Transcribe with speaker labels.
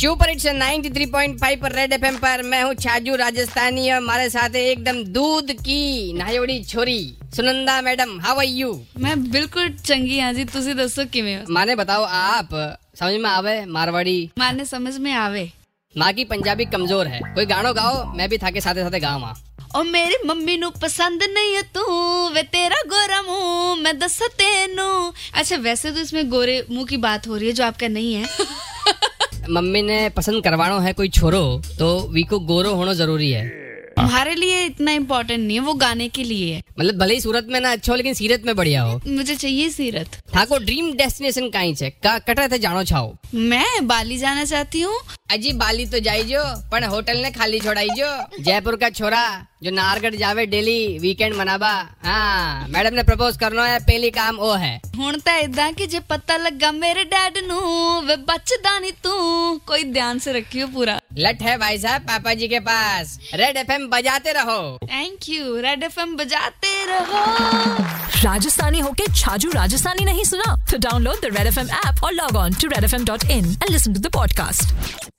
Speaker 1: super hits 93.5 पर Red FM पर मैं हूँ छाजू राजस्थानी और हमारे साथ है एकदम दूध की नायोड़ी छोरी Sunanda madam how are you
Speaker 2: ਮੈਂ ਬਿਲਕੁਲ ਚੰਗੀ ਹਾਂ ਜੀ ਤੁਸੀਂ ਦੱਸੋ ਕਿਵੇਂ ਹੋ
Speaker 1: माने बताओ आप समझ में आवे मारवाड़ी
Speaker 2: ਮਾਨੇ ਸਮਝ ਮੇ ਆਵੇ
Speaker 1: माँ की पंजाबी कमजोर है कोई गानो गाओ मैं भी था के साथे साथे गावा
Speaker 2: ਉਹ ਮੇਰੀ ਮੰਮੀ ਨੂੰ ਪਸੰਦ ਨਹੀਂ ਹੈ ਤੂੰ ਵੇ ਤੇਰਾ ਗੋਰਾ ਮੂੰਹ ਮੈਂ ਦੱਸਾਂ ਤੈਨੂੰ ਅੱਛਾ ਵੈਸੇ तो इसमें गोरे मुंह की बात हो रही है जो आपका नहीं है
Speaker 1: मम्मी ने पसंद करवानो है कोई छोरो तो वीको गोरो होना जरूरी है
Speaker 2: हमारे लिए इतना इम्पोर्टेंट नहीं है वो गाने के लिए है
Speaker 1: मतलब भले ही सूरत में ना अच्छा हो लेकिन सीरत में बढ़िया हो
Speaker 2: मुझे चाहिए सीरत
Speaker 1: थाको ड्रीम डेस्टिनेशन काई छे का कटरा थे जानो छाओ
Speaker 2: मैं बाली जाना चाहती हूँ
Speaker 1: अजी बाली तो जाई जो पण होटल ने खाली छोड़ाई जो जयपुर का छोरा जो नारगढ़ जावे डेली वीकेंड मनाबा हाँ मैडम ने प्रपोज करना है पहली काम ओ है
Speaker 2: ਹੁਣ ਤਾਂ ਇਦਾਂ ਕਿ ਜੇ ਪਤਾ ਲੱਗਾ ਮੇਰੇ ਡੈਡ ਨੂੰ ਵੇ ਬਚਦਾ ਨਹੀਂ ਤੂੰ ਕੋਈ ਧਿਆਨ ਸੇ ਰੱਖਿਓ ਪੂਰਾ
Speaker 1: लट है भाई साहब पापा जी के पास रेड एफएम बजाते रहो
Speaker 2: थैंक यू रेड एफएम बजाते रहो
Speaker 3: राजस्थानी होके छाजू राजस्थानी नहीं सुना तो download the Red F M app और log on to Red F M dot in and listen to the podcast